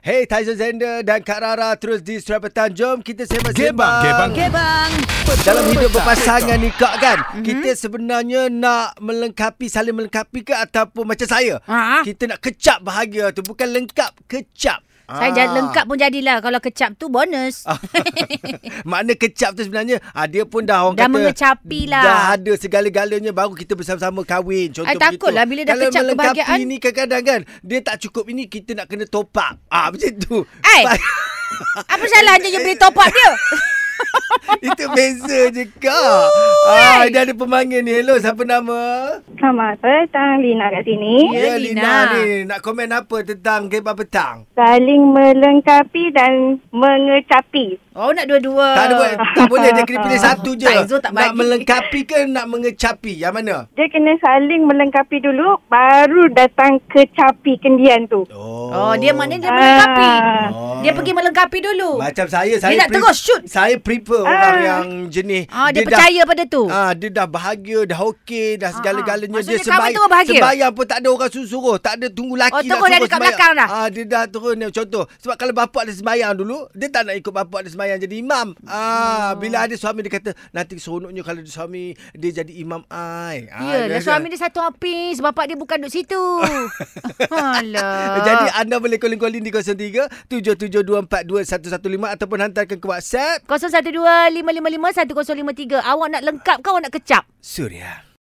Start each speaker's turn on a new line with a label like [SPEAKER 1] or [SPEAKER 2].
[SPEAKER 1] Hey Tyson Zender dan Kak Rara terus di Surat Petang. Jom kita
[SPEAKER 2] Gebang,
[SPEAKER 1] sembang-sembang.
[SPEAKER 2] gebang.
[SPEAKER 3] Okey bang.
[SPEAKER 1] Dalam hidup berpasangan ni Kak kan,
[SPEAKER 3] Mhm.
[SPEAKER 1] kita sebenarnya nak melengkapi, saling melengkapi ke ataupun macam saya.
[SPEAKER 3] Ha?
[SPEAKER 1] Kita nak kecap bahagia tu. Bukan lengkap, kecap. Ah.
[SPEAKER 3] Saya jadi lengkap pun jadilah. Kalau kecap tu bonus.
[SPEAKER 1] Makna kecap tu sebenarnya ah, Dia pun dah orang
[SPEAKER 3] Dah
[SPEAKER 1] kata
[SPEAKER 3] mengecapi lah.
[SPEAKER 1] Dah ada segala-galanya Baru kita bersama-sama kahwin Contoh
[SPEAKER 3] Ai, takutlah lah bila dah
[SPEAKER 1] Kalau
[SPEAKER 3] kecap
[SPEAKER 1] melengkapi
[SPEAKER 3] kebahagiaan.
[SPEAKER 1] ni kadang-kadang kan Dia tak cukup ini Kita nak kena top up ah, Macam tu
[SPEAKER 3] Ai.
[SPEAKER 1] Sebab-
[SPEAKER 3] Apa salahnya you beli top up dia?
[SPEAKER 1] Itu beza je kak ah, Dia ada pemanggil ni Hello siapa nama
[SPEAKER 4] Selamat petang, Lina kat sini.
[SPEAKER 3] Ya, Lina.
[SPEAKER 1] ni Nak komen apa tentang Gebang Petang
[SPEAKER 4] Saling melengkapi dan mengecapi.
[SPEAKER 3] Oh nak dua-dua.
[SPEAKER 1] tak, ada, buat- tak boleh dia kena pilih satu je
[SPEAKER 3] Tak, Izzul tak
[SPEAKER 1] Nak
[SPEAKER 3] bagi.
[SPEAKER 1] melengkapi ke nak mengecapi Yang mana
[SPEAKER 4] Dia kena saling melengkapi dulu, baru datang kecapi kendian tu.
[SPEAKER 3] Oh, dia mana dia
[SPEAKER 4] Ah.
[SPEAKER 3] melengkapi.
[SPEAKER 1] Oh.
[SPEAKER 3] Dia pergi melengkapi dulu.
[SPEAKER 1] Macam saya saya
[SPEAKER 3] nak terus shoot.
[SPEAKER 1] Saya prefer orang
[SPEAKER 4] Ah.
[SPEAKER 1] yang jenis
[SPEAKER 3] Ah, dia, percaya pada tu.
[SPEAKER 1] dah, ah, dia dah bahagia, dah okey, dah segala-galanya.
[SPEAKER 3] Ah, Maksudnya
[SPEAKER 1] dia
[SPEAKER 3] kawan tu orang bahagia?
[SPEAKER 1] sembahyang pun tak ada orang suruh-suruh. Tak ada tunggu laki
[SPEAKER 3] Oh,
[SPEAKER 1] nak
[SPEAKER 3] terus dah
[SPEAKER 1] suruh
[SPEAKER 3] dekat
[SPEAKER 1] sembahyang.
[SPEAKER 3] belakang dah.
[SPEAKER 1] Ah, dia dah turun ni. Contoh, sebab kalau bapak dia sembahyang dulu, dia tak nak ikut bapak dia sembahyang jadi imam.
[SPEAKER 3] Hmm.
[SPEAKER 1] Ah, bila ada suami dia kata, nanti seronoknya kalau dia suami, dia jadi imam Ah, ai.
[SPEAKER 3] Ya, Yelah, suami dia satu office. Bapak dia bukan duduk situ. Alah.
[SPEAKER 1] Jadi ah. anda boleh calling-calling di 03 77242115 ataupun hantarkan ke WhatsApp
[SPEAKER 3] 0125551053. Awak nak lengkap ke awak nak kecap?
[SPEAKER 1] Suria.